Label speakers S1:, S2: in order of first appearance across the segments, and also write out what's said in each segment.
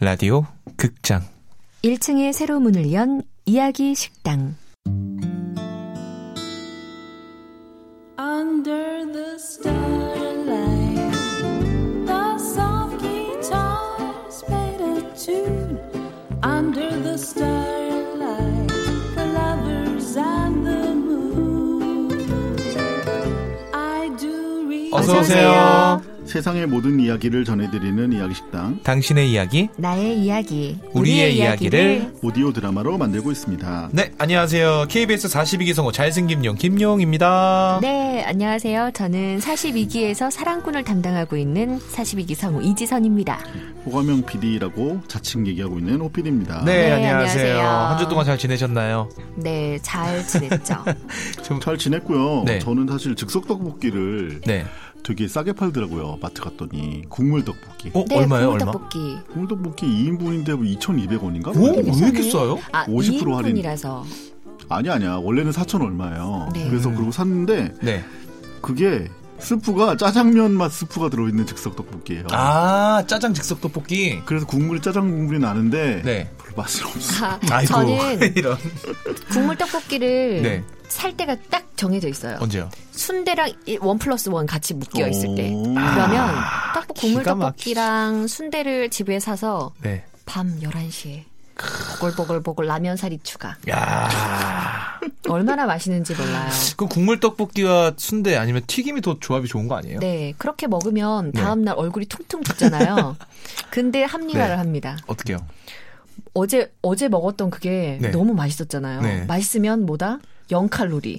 S1: 라디오 극장
S2: 1층에 새로 문을 연 이야기 식당.
S3: Under the starlight, the soft guitars played a tune. Under the starlight, the lovers and the moon. I do read.
S1: 어서 오세요.
S4: 세상의 모든 이야기를 전해드리는 이야기식당
S1: 당신의 이야기
S2: 나의 이야기.
S1: 우리의 이야기를
S4: 오디오 드라마로 만들고 있습니다.
S1: 네 안녕하세요 KBS 42기 성우 잘생김 용 김용입니다
S2: 네, 안녕하세요. 저는 42기에서 사랑꾼을 담당하고 있는 42기 성우 이지선입니다.
S4: 호감형 PD라고 자칭 얘기하고 있는
S1: 네,
S4: 호PD입니다.
S2: 네,
S1: 안녕하세요
S2: 안녕하세요.
S1: 한 주 동안 잘 지내셨나요
S2: 네, 잘 지냈죠?
S4: 잘 지냈고요.
S1: 네.
S4: 저는 사실 즉석 떡볶이를
S1: 네
S4: 되게 싸게 팔더라고요. 마트 갔더니 국물 떡볶이.
S1: 어,
S2: 네,
S1: 얼마예요 얼마
S2: 국물떡볶이. 네,
S4: 국물 떡볶이 2인분인데 뭐 2,200원인가?
S1: 오, 왜 이렇게 싸요
S2: 아,
S4: 50%
S2: 50%
S4: 할인.
S2: 할인이라서.
S4: 아니 아니야. 원래는 4,000 얼마예요.
S2: 네.
S4: 그래서 그러고 샀는데
S1: 네.
S4: 그게 스프가 짜장면 맛 스프가 들어있는 즉석 떡볶이예요.
S1: 네아 짜장 즉석 떡볶이
S4: 그래서 국물 짜장 국물이 나는데
S1: 네
S4: 별로 맛이 없어.
S2: 아,
S1: 아이고
S2: 저는
S1: 이런
S2: 국물떡볶이를
S1: 네.
S2: 살 때가 딱 정해져 있어요.
S1: 언제요
S2: 순대랑 이- 원 플러스 원 같이 묶여 있을 때.
S4: 오.
S2: 그러면 떡볶 국물
S1: 아, 기가 막히지.
S2: 떡볶이랑 순대를 집에 사서
S1: 네
S2: 밤 11시에 보글보글보글 라면 사리 추가.
S1: 야.
S2: 얼마나 맛있는지 몰라요.
S1: 그 국물 떡볶이와 순대 아니면 튀김이 더 조합이 좋은 거 아니에요?
S2: 네, 그렇게 먹으면
S1: 네.
S2: 다음날 얼굴이 퉁퉁 붓잖아요. 근데 합리화를
S1: 네.
S2: 합니다.
S1: 어떻게요?
S2: 어제, 어제 먹었던 그게
S1: 네.
S2: 너무 맛있었잖아요.
S1: 네. 아.
S2: 맛있으면 뭐다? 0칼로리.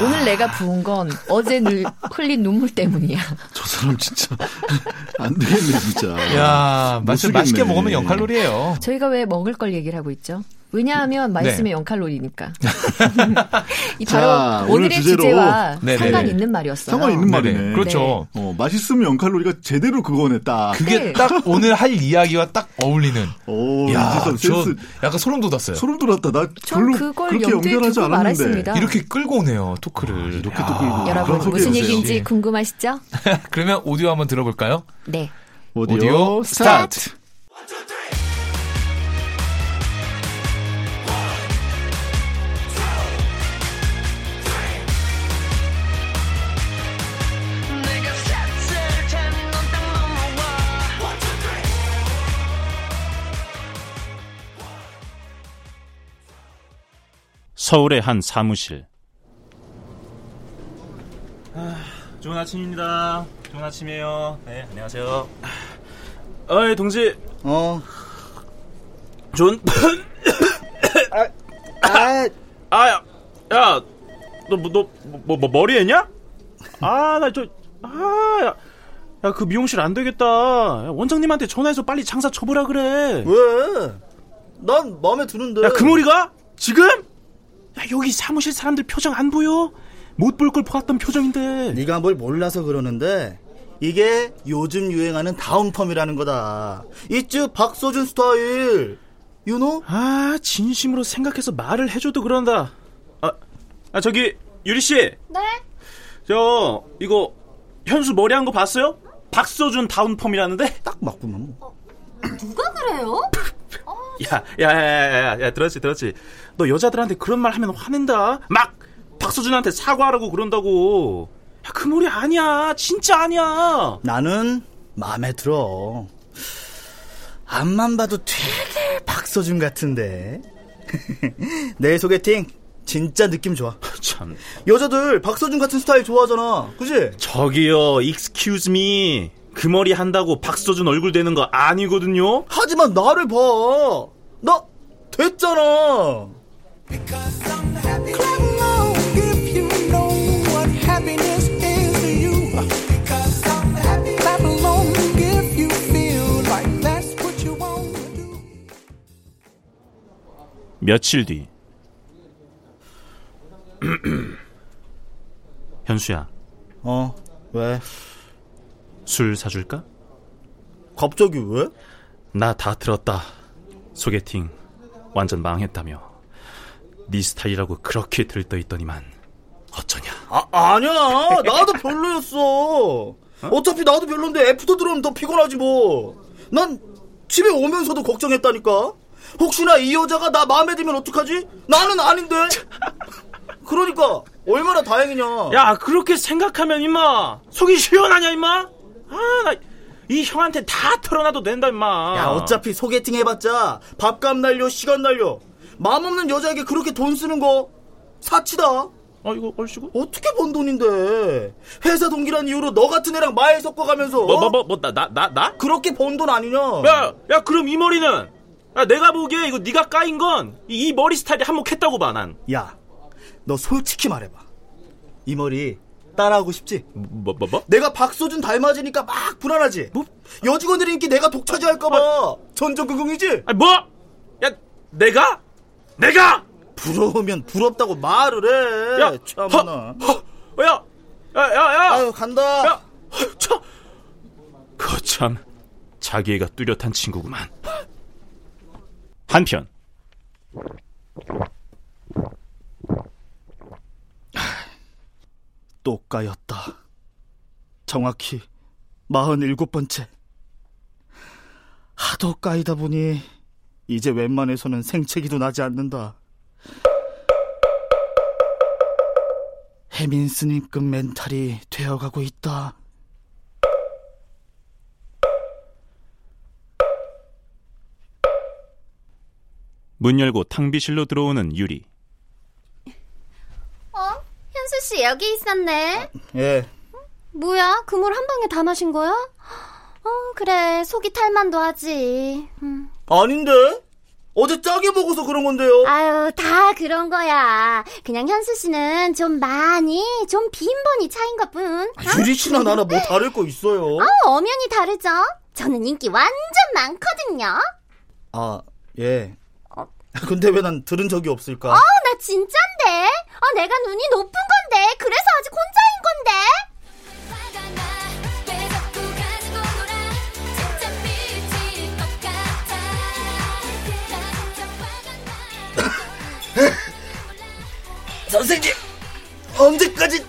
S2: 오늘 내가 부은 건 어제 늘 흘린 눈물 때문이야.
S4: 저 사람 진짜 안 되겠네 진짜.
S1: 야,
S4: 못
S1: 맛있,
S4: 쓰겠네.
S1: 맛있게 먹으면 0칼로리예요.
S2: 저희가 왜 먹을 걸 얘기를 하고 있죠? 왜냐하면
S1: 네.
S2: 맛있으면 0칼로리니까. 이 바로
S4: 자, 오늘
S2: 오늘의
S4: 주제로.
S2: 주제와
S1: 네네네.
S2: 상관 있는 말이었어요.
S4: 상관 있는 말이네.
S1: 그렇죠.
S4: 어, 맛있으면 0칼로리가 제대로 그거네, 딱.
S1: 그게
S2: 네.
S1: 딱 오늘 할 이야기와 딱 어울리는.
S4: 오,
S1: 야,
S4: 이지선
S1: 저
S4: 센스.
S1: 약간 소름 돋았어요.
S4: 소름 돋았다. 나
S2: 전
S4: 별로
S2: 그걸
S4: 그렇게
S2: 염두에
S4: 연결하지
S2: 두고
S4: 않았는데. 아,
S2: 말했습니다.
S1: 이렇게 끌고 오네요, 토크를.
S4: 이렇게
S1: 야.
S4: 또 끌고.
S2: 여러분
S4: 그럼
S2: 무슨
S4: 소개해주세요.
S1: 네.
S2: 얘기인지 궁금하시죠?
S1: 그러면 오디오 한번 들어볼까요?
S2: 네.
S4: 오디오,
S1: 오디오 스타트.
S4: 스타트.
S5: 내가 샷을 찾는 건딱 넘어와
S6: 서울의 한 사무실.
S7: 좋은 아침입니다. 좋은 아침이에요. 네, 안녕하세요. 어이, 동지.
S4: 어,
S7: 존. 아, 아, 야, 야, 너, 뭐, 너, 뭐, 뭐, 머리 했냐? 아, 나 저, 아, 야, 야, 그 미용실 안 되겠다. 야, 원장님한테 전화해서 빨리 장사 쳐보라 그래.
S8: 왜? 난 마음에 드는데.
S7: 야, 그 머리가? 지금? 야, 여기 사무실 사람들 표정 안 보여? 못 볼 걸 봤던 표정인데.
S8: 네가 뭘 몰라서 그러는데 이게 요즘 유행하는 다운펌이라는 거다. 이츠 박서준 스타일. 유노?
S7: 아 진심으로 생각해서 말을 해줘도 그런다. 아, 아 저기 유리 씨. 네. 저 이거 현수 머리 한 거 봤어요? 박서준 다운펌이라는데.
S8: 딱 뭐. 맞구만.
S7: 야, 야, 야, 야, 야, 야, 들었지, 들었지. 너 여자들한테 그런 말 하면 화낸다. 막 박서준한테 사과하라고 그런다고. 야, 그 머리 아니야. 진짜 아니야.
S8: 나는 마음에 들어. 앞만 봐도 되게 박서준 같은데. 내 소개팅 진짜 느낌 좋아.
S7: 참.
S8: 여자들 박서준 같은 스타일 좋아하잖아. 그지?
S7: 저기요, excuse me. 그 머리 한다고 박서준 얼굴 되는 거 아니거든요.
S8: 하지만 나를 봐. 나 어, 됐잖아.
S6: 며칠 뒤. 현수야,
S8: 어 왜?
S6: 술 사줄까?
S8: 갑자기 왜?
S6: 나 다 들었다. 소개팅 완전 망했다며. 네 스타일이라고 그렇게 들떠 있더니만 어쩌냐.
S8: 아, 아니야. 나도 별로였어. 어? 차피 나도 별론데 애프터 들어오면 더 피곤하지 뭐. 난 집에 오면서도 걱정했다니까. 혹시나 이 여자가 나 마음에 들면 어떡하지? 나는 아닌데. 그러니까 얼마나 다행이냐.
S7: 야 그렇게 생각하면 임마 속이 시원하냐 임마 아 나 이 형한테 다 털어놔도 된다 임마
S8: 야, 어차피 소개팅 해봤자 밥값 날려 시간 날려 마음 없는 여자에게 그렇게 돈 쓰는 거 사치다.
S7: 아 이거 얼씨구
S8: 어떻게 번 돈인데 회사 동기란 이유로 너 같은 애랑 마에 섞어가면서
S7: 뭐 뭐 뭐 나 나 나?
S8: 그렇게 번 돈 아니냐?
S7: 야, 야 그럼 이 머리는 야, 내가 보기에 이거 네가 까인 건 이 머리 스타일이 한몫했다고 봐 난.
S8: 야, 너 솔직히 말해봐. 이 머리 따라하고 싶지?
S7: 뭐 뭐 뭐?
S8: 내가 박소준 닮아지니까 막 불안하지. 여직원들 인기 내가 독차지할까봐 전전긍긍이지.
S7: 아 뭐? 야 내가? 내가?
S8: 부러우면 부럽다고 말을 해.
S7: 야,
S8: 참나.
S7: 어, 야, 야, 야, 야,
S8: 아유 간다.
S7: 야, 어, 참.
S6: 그 거참 자기애가 뚜렷한 친구구만. 한편
S8: 또 까였다. 정확히 47번째. 하도 까이다 보니 이제 웬만해서는 생채기도 나지 않는다. 해민 스님급 멘탈이 되어가고 있다.
S6: 문 열고 탕비실로 들어오는 유리.
S9: 어? 현수 씨 여기 있었네.
S8: 예,
S9: 뭐야? 그물 한 방에 다 마신 거야? 어, 그래. 속이 탈만도 하지. 음.
S8: 아닌데? 어제 짜게 먹어서 그런 건데요.
S9: 아유, 다 그런 거야. 그냥 현수 씨는 좀 많이, 좀 빈번히 차인 것 뿐.
S8: 유리 씨나 나나 뭐 다를 거 있어요?
S9: 어, 엄연히 다르죠? 저는 인기 완전 많거든요. 어,
S8: 아, 예. 근데 왜 난 들은 적이 없을까?
S9: 어, 나 진짠데. 어, 내가 눈이 높은 건데. 그래서 아직 혼자인 건데.
S8: 선생님, 언제까지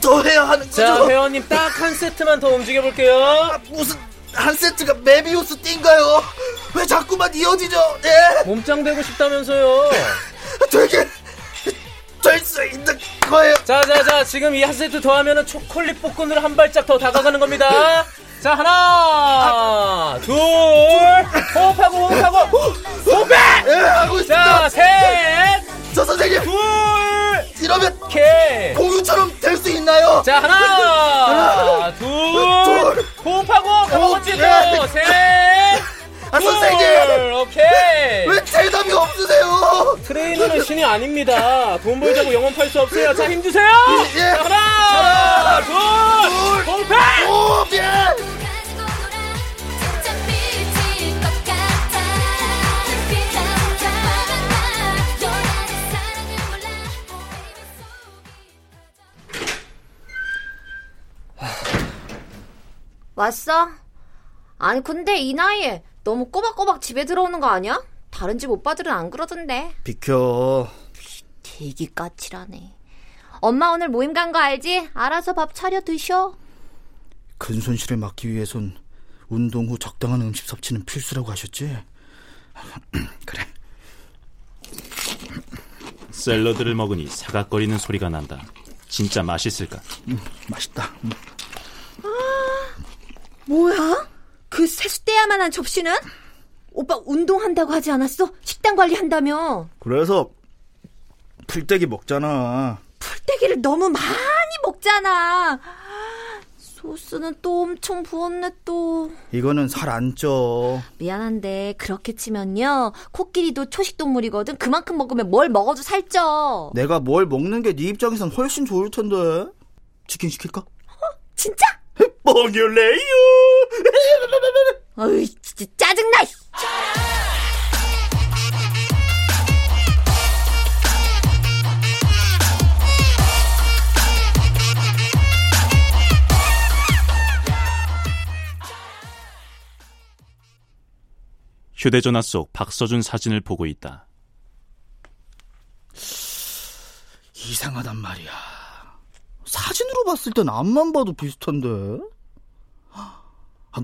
S8: 더 해야 하는 거죠? 아,
S10: 자, 회원님 딱 한 세트만 더 움직여볼게요.
S8: 무슨 한 세트가 메비우스 띠인가요? 왜 자꾸만 이어지죠? 예,
S10: 몸짱 되고 싶다면서요.
S8: 되게 될 수 있는 거예요.
S10: 자, 자, 자, 지금 이 한 세트 더 하면은 초콜릿 복근으로 한 발짝 더 다가가는 겁니다. 자, 하나, 둘, 호흡하고, 호흡하고,
S8: 어? 예, 하고
S10: 자,
S8: 있습니다.
S10: 셋,
S8: 저 선생님
S10: 둘,
S8: 이러면
S10: 오케이.
S8: 공유처럼 될 수 있나요?
S10: 자, 하나, 둘, 호흡하고, 가보고 찢어,
S8: 예.
S10: 셋,
S8: 아,
S10: 둘,
S8: 선생님
S10: 오케이.
S8: 왜 대답이 없으세요?
S10: 트레이너는 신이 아닙니다. 돈 벌자고 영원 팔 수 없어요. 자, 힘주세요!
S8: 예.
S10: 자, 하나, 둘, 공패!
S8: 오, 예.
S9: 왔어? 아니 근데 이 나이에 너무 꼬박꼬박 집에 들어오는 거 아니야? 다른 집 오빠들은 안 그러던데
S8: 비켜.
S9: 되게 까칠하네 엄마 오늘 모임 간 거 알지? 알아서 밥 차려 드셔
S8: 근 손실을 막기 위해선 운동 후 적당한 음식 섭취는 필수라고 하셨지? 그래.
S6: 샐러드를 먹으니 사각거리는 소리가 난다. 진짜 맛있을까?
S8: 음, 맛있다.
S9: 아, 뭐야? 그 세수대야만한 접시는? 오빠 운동한다고 하지 않았어? 식단 관리한다며
S8: 그래서 풀떼기 먹잖아.
S9: 풀떼기를 너무 많이 먹잖아 소스는 또 엄청 부었네 또
S8: 이거는 살 안 쪄.
S9: 미안한데 그렇게 치면요 코끼리도 초식동물이거든 그만큼 먹으면 뭘 먹어도 살쪄
S8: 내가 뭘 먹는 게 네 입장에선 훨씬 좋을 텐데. 치킨 시킬까? 뭐?
S9: 진짜?
S8: 뻥이래요.
S9: 어이 진짜 짜증나 씨.
S6: 휴대전화 속 박서준 사진을 보고 있다.
S8: 이상하단 말이야. 사진으로 봤을 땐 앞만 봐도 비슷한데. 아,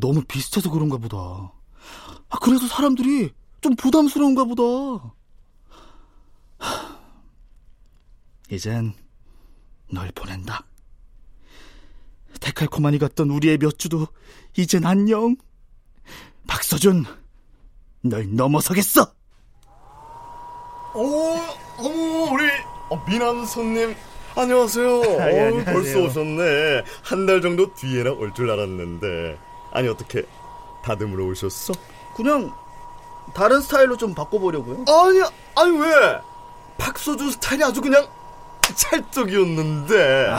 S8: 너무 비슷해서 그런가 보다. 아, 그래서 사람들이 좀 부담스러운가 보다. 하, 이젠 널 보낸다. 데칼코마니 갔던 우리의 몇 주도 이젠 안녕. 박서준, 널 넘어서겠어.
S11: 오, 어, 어머, 우리 어, 미남 손님. 안녕하세요. 어우,
S12: 안녕하세요.
S11: 벌써 오셨네. 한 달 정도 뒤에나 올 줄 알았는데. 아니, 어떻게 다듬으러 오셨어?
S8: 그냥 다른 스타일로 좀 바꿔보려고요.
S11: 아니, 아니 왜? 박서준 스타일이 아주 그냥 찰떡이었는데. 음.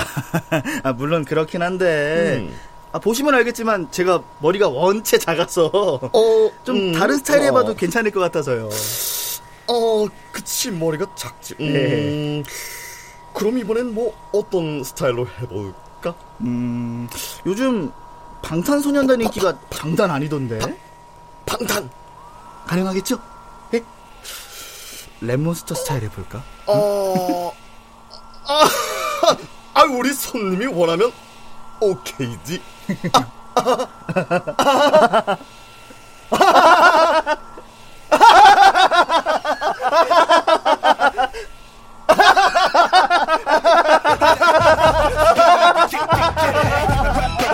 S8: 아, 물론 그렇긴 한데. 아, 보시면 알겠지만 제가 머리가 원체 작아서 좀
S11: 음,
S8: 다른 스타일 해봐도
S11: 어.
S8: 괜찮을 것 같아서요.
S11: 어, 그치, 머리가 작지. 음,
S4: 예.
S8: 네.
S11: 그럼 이번엔 뭐 어떤 스타일로 해볼까?
S8: 음, 요즘 방탄소년단 인기가 장난 아니던데.
S11: 방탄
S8: 가능하겠죠? 예? 랩몬스터 스타일 해볼까?
S11: 어, 아, 아, 우리 손님이 원하면 오케이지.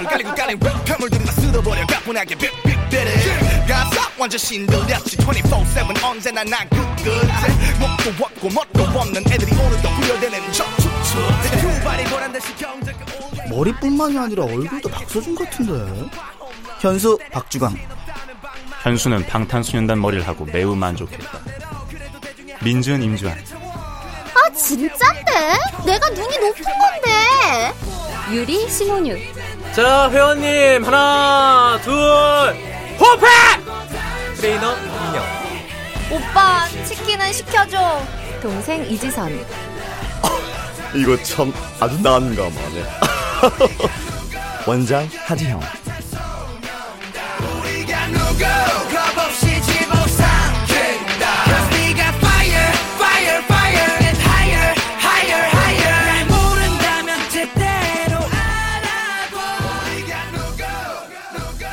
S5: 깔리고 깔린 웹패물들은 다 쓸어버려 가뿐하게 빅빅대래 가사 완전 신들렸지 24-7 언제나 난 끝끝에 목도 없고 멋도 없는 애들이 오늘도 부려대는 저축축 두 발이 보란 듯이 경제
S8: 머리뿐만이 아니라 얼굴도 박서준 같은데. 현수 박주광.
S6: 현수는 방탄소년단 머리를 하고 매우 만족했다. 민준 임주환
S13: 아 진짠데? 내가 눈이 높은 건데. 유리 신혼유.
S10: 자 회원님 하나 둘 호패 트레이너 인형
S9: 오빠 치킨은 시켜줘. 동생 이지선.
S11: 이거 참 아주 난감하네. 원장 하지형.
S5: 우리가 누구 겁없이 집어삼킨다 Cause 네가 fire fire fire and higher higher higher 날 모른다면 제대로 알아둬 우리가 누구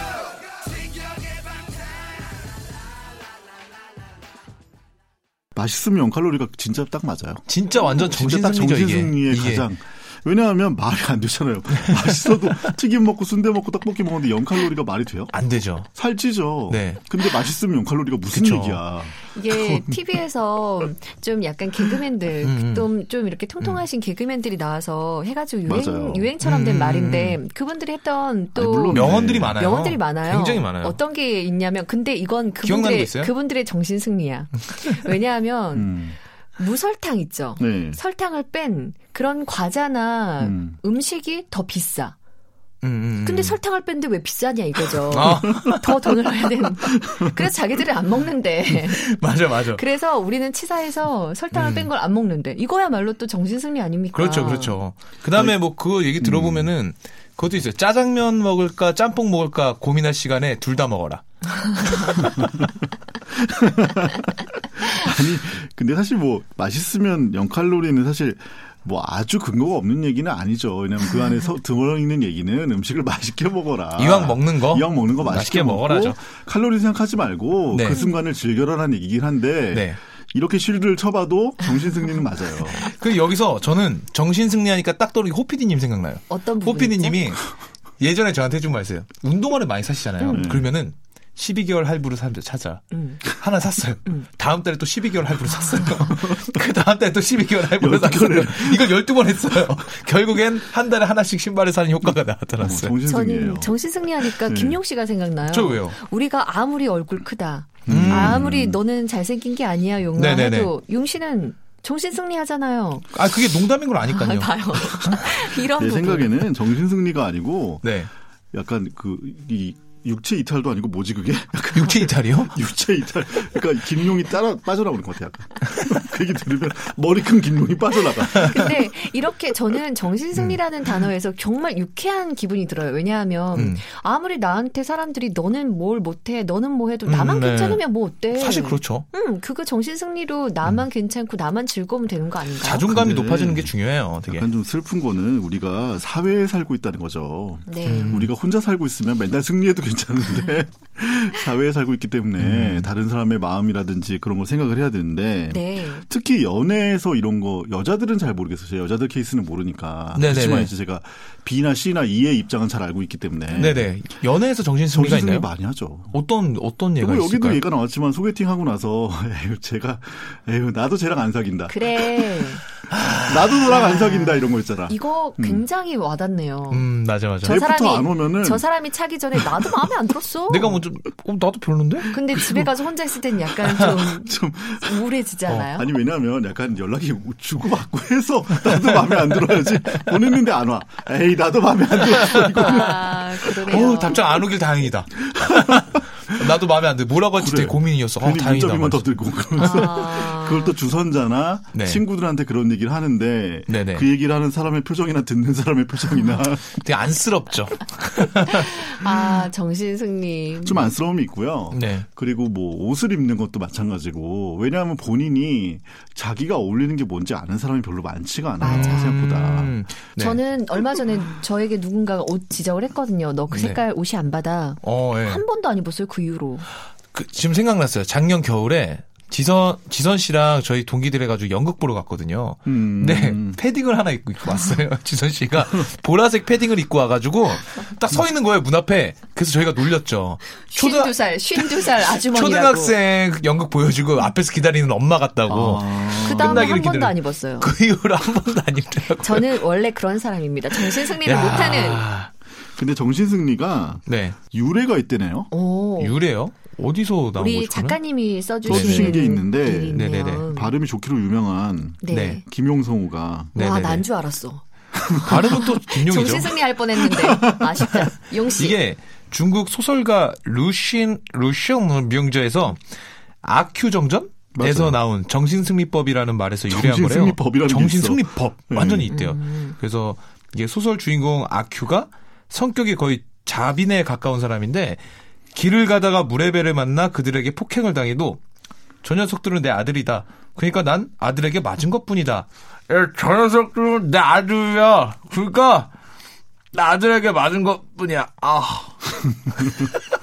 S4: 맛있으면 0 칼로리가 진짜 딱 맞아요.
S1: 진짜 완전
S4: 딱
S1: 정신승리죠, 이게.
S4: 정신승리의
S1: 이게.
S4: 가장. 왜냐하면 말이 안 되잖아요. 맛있어도 튀김 먹고 순대 먹고 떡볶이 먹는데 0 칼로리가 말이 돼요?
S1: 안 되죠.
S4: 살찌죠.
S1: 네.
S4: 근데 맛있으면 0 칼로리가 무슨
S1: 그쵸.
S4: 얘기야?
S2: 이게 TV에서 좀 약간
S4: 음,
S2: 개그맨들
S4: 음.
S2: 좀, 좀 이렇게 통통하신 개그맨들이 나와서 해가지고
S1: 음. 맞아요.
S2: 유행, 유행처럼 된
S1: 음.
S2: 말인데 그분들이 했던 또
S1: 물론 명언들이 많아요.
S2: 명언들이 많아요.
S1: 굉장히 많아요.
S2: 어떤 게 있냐면 근데 이건
S1: 기억나는 거
S2: 그분들의
S1: 있어요?
S2: 그분들의 정신 승리야. 왜냐하면 무설탕 있죠.
S1: 음. 네.
S2: 설탕을 뺀 그런 과자나
S1: 음.
S2: 음. 식이더 비싸.
S1: 음, 음,
S2: 근데 설탕을 뺐는데 왜 비싸냐 이거죠.
S1: 아.
S2: 더 돈을 내야 되는. 그래서 자기들은 안 먹는데.
S1: 맞아, 맞아.
S2: 그래서 우리는 치사해서 설탕을
S1: 음.
S2: 뺀 걸 안 먹는데 이거야말로 또 정신승리 아닙니까?
S1: 그렇죠, 그렇죠. 그 다음에 뭐 그 얘기 들어보면은 그것도 있어요. 짜장면 먹을까, 짬뽕 먹을까 고민할 시간에 둘 다 먹어라.
S4: 아니, 근데 사실 뭐 맛있으면 0 칼로리는 사실 뭐 아주 근거가 없는 얘기는 아니죠. 왜냐면 그 안에 서 들어 있는 얘기는 음식을 맛있게 먹어라.
S1: 이왕 먹는 거?
S4: 이왕 먹는 거 맛있게,
S1: 맛있게 먹어라죠.
S4: 먹고 칼로리 생각하지 말고
S1: 네.
S4: 그 순간을 즐겨라라는 얘기긴 한데
S1: 네.
S4: 이렇게 쉴드를 쳐봐도 정신 승리는 맞아요.
S1: 그 여기서 저는 정신 승리하니까 딱 떠오르는 호피디님 생각나요.
S2: 어떤
S1: 호피디님이 예전에 저한테 해준 말 있어요. 운동화를 많이 사시잖아요.
S2: 음.
S1: 그러면은 12개월 할부로 사람들 찾아.
S2: 음.
S1: 하나 샀어요. 다음 달에 또 12개월 할부로 샀어요. 그 다음 달에 또 12개월 할부로 샀어요. 이걸 12번 했어요. 결국엔 한 달에 하나씩 신발을 사는 효과가 나타났어요.
S2: 저는 정신승리 하니까
S1: 네.
S2: 김용 씨가 생각나요.
S1: 저 왜요?
S2: 우리가 아무리 얼굴 크다.
S1: 음.
S2: 아무리 너는 잘생긴 게 아니야 용아
S1: 네네네.
S2: 해도 용 씨는 정신승리 하잖아요.
S1: 아, 그게 농담인 걸 아니까요.
S2: 봐요. 이런
S4: 내
S2: 부분.
S4: 생각에는 정신 승리가 아니고
S1: 네.
S4: 약간 그 이 육체 이탈도 아니고 뭐지 그게?
S1: 육체 이탈이요?
S4: 육체 이탈. 그러니까 김용이 따라 빠져나오는 것 같아요. 약간. 그 얘기 들으면 머리 큰 김용이 빠져나가.
S2: 근데 이렇게
S1: 음.
S2: 저는 정신승리라는 단어에서 정말 유쾌한 기분이 들어요. 왜냐하면
S1: 음.
S2: 아무리 나한테 사람들이 너는 뭘 못해, 너는 뭐 해도 나만
S1: 음, 네.
S2: 괜찮으면 뭐 어때?
S1: 사실 그렇죠. 음.
S2: 음, 그거 정신승리로 나만 괜찮고 나만 즐거우면 되는 거 아닌가요?
S4: 근데
S1: 게 중요해요.
S4: 약간 좀 슬픈 거는 우리가 사회에 살고 있다는 거죠.
S2: 네. 음.
S4: 우리가 혼자 살고 있으면 맨날 승리해도 괜찮은데 사회에 살고 있기
S1: 음.
S4: 때문에 다른 사람의 마음이라든지 그런 걸 생각을 해야 되는데
S2: 네.
S4: 특히 연애에서 이런 거 여자들은 잘 모르겠어요. 제가 여자들 케이스는 모르니까
S1: 네네네.
S4: 그렇지만 이제 제가 B나 C나 E의 입장은 잘 알고 있기 때문에
S1: 네네. 연애에서 정신승리가
S4: 정신승리
S1: 있나요?
S4: 많이 하죠.
S1: 어떤 어떤 예가
S4: 그리고
S1: 있을까요?
S4: 여기도 얘가 나왔지만 소개팅 하고 나서 에휴 제가 에휴 나도 쟤랑 안 사귄다.
S2: 그래.
S4: 나도 너랑 안 사귄다 이런 거 있잖아.
S2: 이거
S4: 음.
S2: 굉장히 와닿네요.
S1: 음 맞아 맞아.
S2: 저 사람이 저 사람이 차기 전에 나도 마음에 안 들었어.
S1: 내가 먼저 어, 나도 별론데?
S2: 근데 집에 가서 혼자 있을 땐 약간 좀
S4: 좀
S1: 어.
S2: 우울해지잖아요.
S4: 어, 아니 왜냐하면 약간 연락이 주고받고 해서 나도 마음에 안 들어야지 보냈는데 안 와. 에이 나도 마음에 안 들었어.
S2: 아, 그러네요.
S1: 어, 답장 안 오길 다행이다. 나도 마음에 안 들. 뭐라고 할지 되게 고민이었어. 어,
S4: 괜히
S1: 다행이다.
S4: 문자비만 더 들고 그러면서
S2: 아.
S4: 그걸 또 주선자나
S1: 네.
S4: 친구들한테 그런 얘기를 하는데
S1: 네네.
S4: 그 얘기를 하는 사람의 표정이나 듣는 사람의 표정이나
S1: 되게 안쓰럽죠.
S2: 아, 정신승리.
S4: 좀 안쓰러움이 있고요.
S1: 네.
S4: 그리고 뭐 옷을 입는 것도 마찬가지고 왜냐하면 본인이 자기가 어울리는 게 뭔지 아는 사람이 별로 많지가 않아요 생각보다.
S1: 음. 네.
S2: 저는 얼마 전에 저에게 누군가가 옷 지적을 했거든요. 너 그
S1: 네.
S2: 색깔 옷이 안 받아.
S1: 어, 예.
S2: 한 번도 안 입었어요, 그 이후로.
S1: 그, 지금 생각났어요. 작년 겨울에 지선 지선 씨랑 저희 동기들 해가지고 연극 보러 갔거든요.
S3: 음.
S1: 근데 패딩을 하나 입고 입고 왔어요. 지선 씨가 보라색 패딩을 입고 와가지고 딱 서 있는 거예요 문 앞에. 그래서 저희가 놀렸죠. 초등
S2: 52살, 52살 아주머니라고.
S1: 초등학생 연극 보여주고 앞에서 기다리는 엄마 같다고.
S2: 그 다음에 한
S1: 끝나기를
S2: 번도
S1: 기다려.
S2: 안 입었어요.
S1: 그 이후로 한 번도 안 입더라고요.
S2: 저는 원래 그런 사람입니다. 정신승리를
S4: 야.
S2: 못하는.
S4: 근데 정신승리가 유래가 있대네요.
S2: 오.
S1: 네. 유래요? 어디서 나온
S2: 우리
S4: 거죠?
S2: 작가님이
S4: 써주신
S2: 써주신
S4: 게 있는데
S2: 일이 있네요.
S4: 발음이 좋기로 유명한
S2: 네. 네.
S4: 김용성우가
S1: 네,
S2: 와, 난 줄 알았어.
S1: 발음은 또 김용이죠.
S2: 정신승리 할 뻔했는데 아쉽다. 용씨.
S1: 이게 중국 소설가 루신 루숑 명저에서 아큐정전? 에서 나온 정신승리법이라는 말에서 유래한 거래요.
S4: 정신승리법이라는 게
S1: 정신승리법
S4: 있어.
S1: 완전히
S4: 네.
S2: 음,
S1: 있대요. 그래서 이게 소설 주인공 아큐가 성격이 거의 자빈에 가까운 사람인데 길을 가다가 무레베를 만나 그들에게 폭행을 당해도 저 녀석들은 내 아들이다. 그러니까 난 아들에게 맞은 것뿐이다. 에, 예, 저 녀석들은 내 아들이야. 그러니까 나 아들에게 맞은 것뿐이야. 아.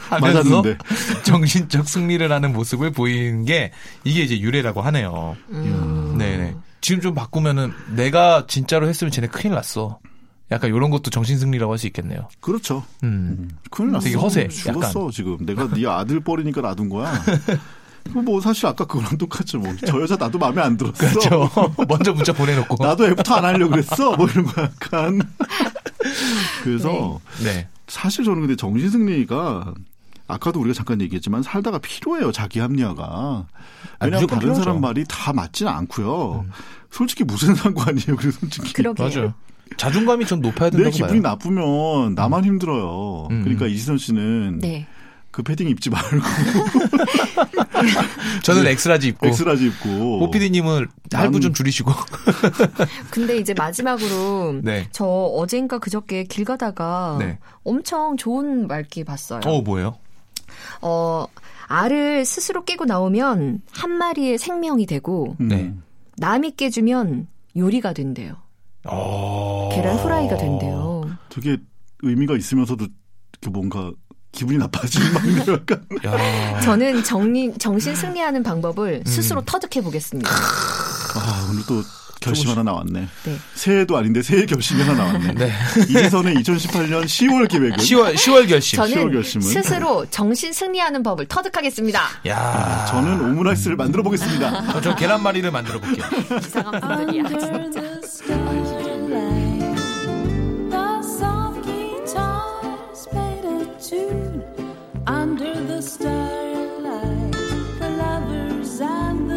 S1: 하면서
S4: 맞았는데.
S1: 정신적 승리를 하는 모습을 보이는 게 이게 이제 유래라고 하네요.
S2: 음.
S4: 음.
S1: 네네. 지금 좀 바꾸면은 내가 진짜로 했으면 쟤네 큰일 났어. 약간 이런 것도 정신 승리라고 할 수 있겠네요.
S4: 그렇죠.
S1: 음.
S4: 큰일 났어.
S1: 되게 허세.
S4: 죽었어
S1: 약간.
S4: 지금. 내가 네 아들 버리니까 놔둔 거야. 그거 뭐 사실 아까 그거랑 똑같죠. 뭐 저 여자 나도 마음에 안 들었어.
S1: 그렇죠. 먼저 문자 보내놓고.
S4: 나도 애프터 안 하려고 그랬어. 뭐 이런 거 약간. 그래서
S1: 네.
S4: 사실 저는 근데 정신승리가 아까도 우리가 잠깐 얘기했지만 살다가 필요해요 자기 합리화가 왜냐하면
S1: 아, 무조건
S4: 다른
S1: 필요하죠. 음.
S4: 사람 말이 다 맞지는 않고요 솔직히 무슨 상관이에요 그래 솔직히
S1: 맞아요. 자존감이 좀 높아야
S4: 내
S1: 된다고 봐요.
S4: 기분이
S1: 음.
S4: 나쁘면 나만 힘들어요 그러니까 이지선 씨는
S2: 네.
S4: 그 패딩 입지 말고
S1: 저는 엑스라지 입고.
S4: 예. 엑스라지 입고 네.
S1: 오피디님은 할부 좀 줄이시고.
S2: 근데 이제 마지막으로
S1: 네.
S2: 저 어젠가 그저께 길 가다가
S1: 네.
S2: 엄청 좋은 말기 봤어요.
S1: 어 뭐예요?
S2: 어, 알을 스스로 깨고 나오면 한 마리의 생명이 되고
S4: 음.
S1: 네.
S2: 남이 깨주면 요리가 된대요. 계란 후라이가 된대요.
S4: 어, 되게 의미가 있으면서도 이렇게 뭔가 기분이 나빠지는 막내 약간
S2: 저는 정리, 정신 승리하는
S4: 음.
S2: 방법을 스스로 터득해 보겠습니다.
S4: 아, 오늘 또 결심 하나 나왔네.
S2: 네.
S4: 새해도 아닌데 새해 결심이 하나 나왔네. 이재선의 2018년 10월 계획은
S1: 10월 10월 결심.
S2: 저는
S4: 10월 결심은
S2: 스스로 정신 승리하는 법을 터득하겠습니다.
S1: 야,
S4: 아,
S1: 아,
S4: 저는 오므라이스를 만들어 보겠습니다.
S1: 저 계란말이를 만들어 볼게요.
S3: Under the starlight, the soft guitars played a tune. Under the starlight, the lovers and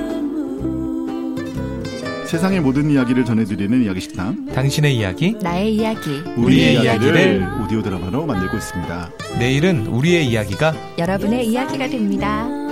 S3: the
S4: 세상의 모든 이야기를 전해드리는 이야기 식당.
S1: 당신의 이야기,
S2: 나의 이야기.
S4: 우리의 이야기를 오디오 드라마로 만들고 있습니다.
S1: 내일은 우리의 이야기가
S4: 예.
S2: 여러분의 이야기가 됩니다.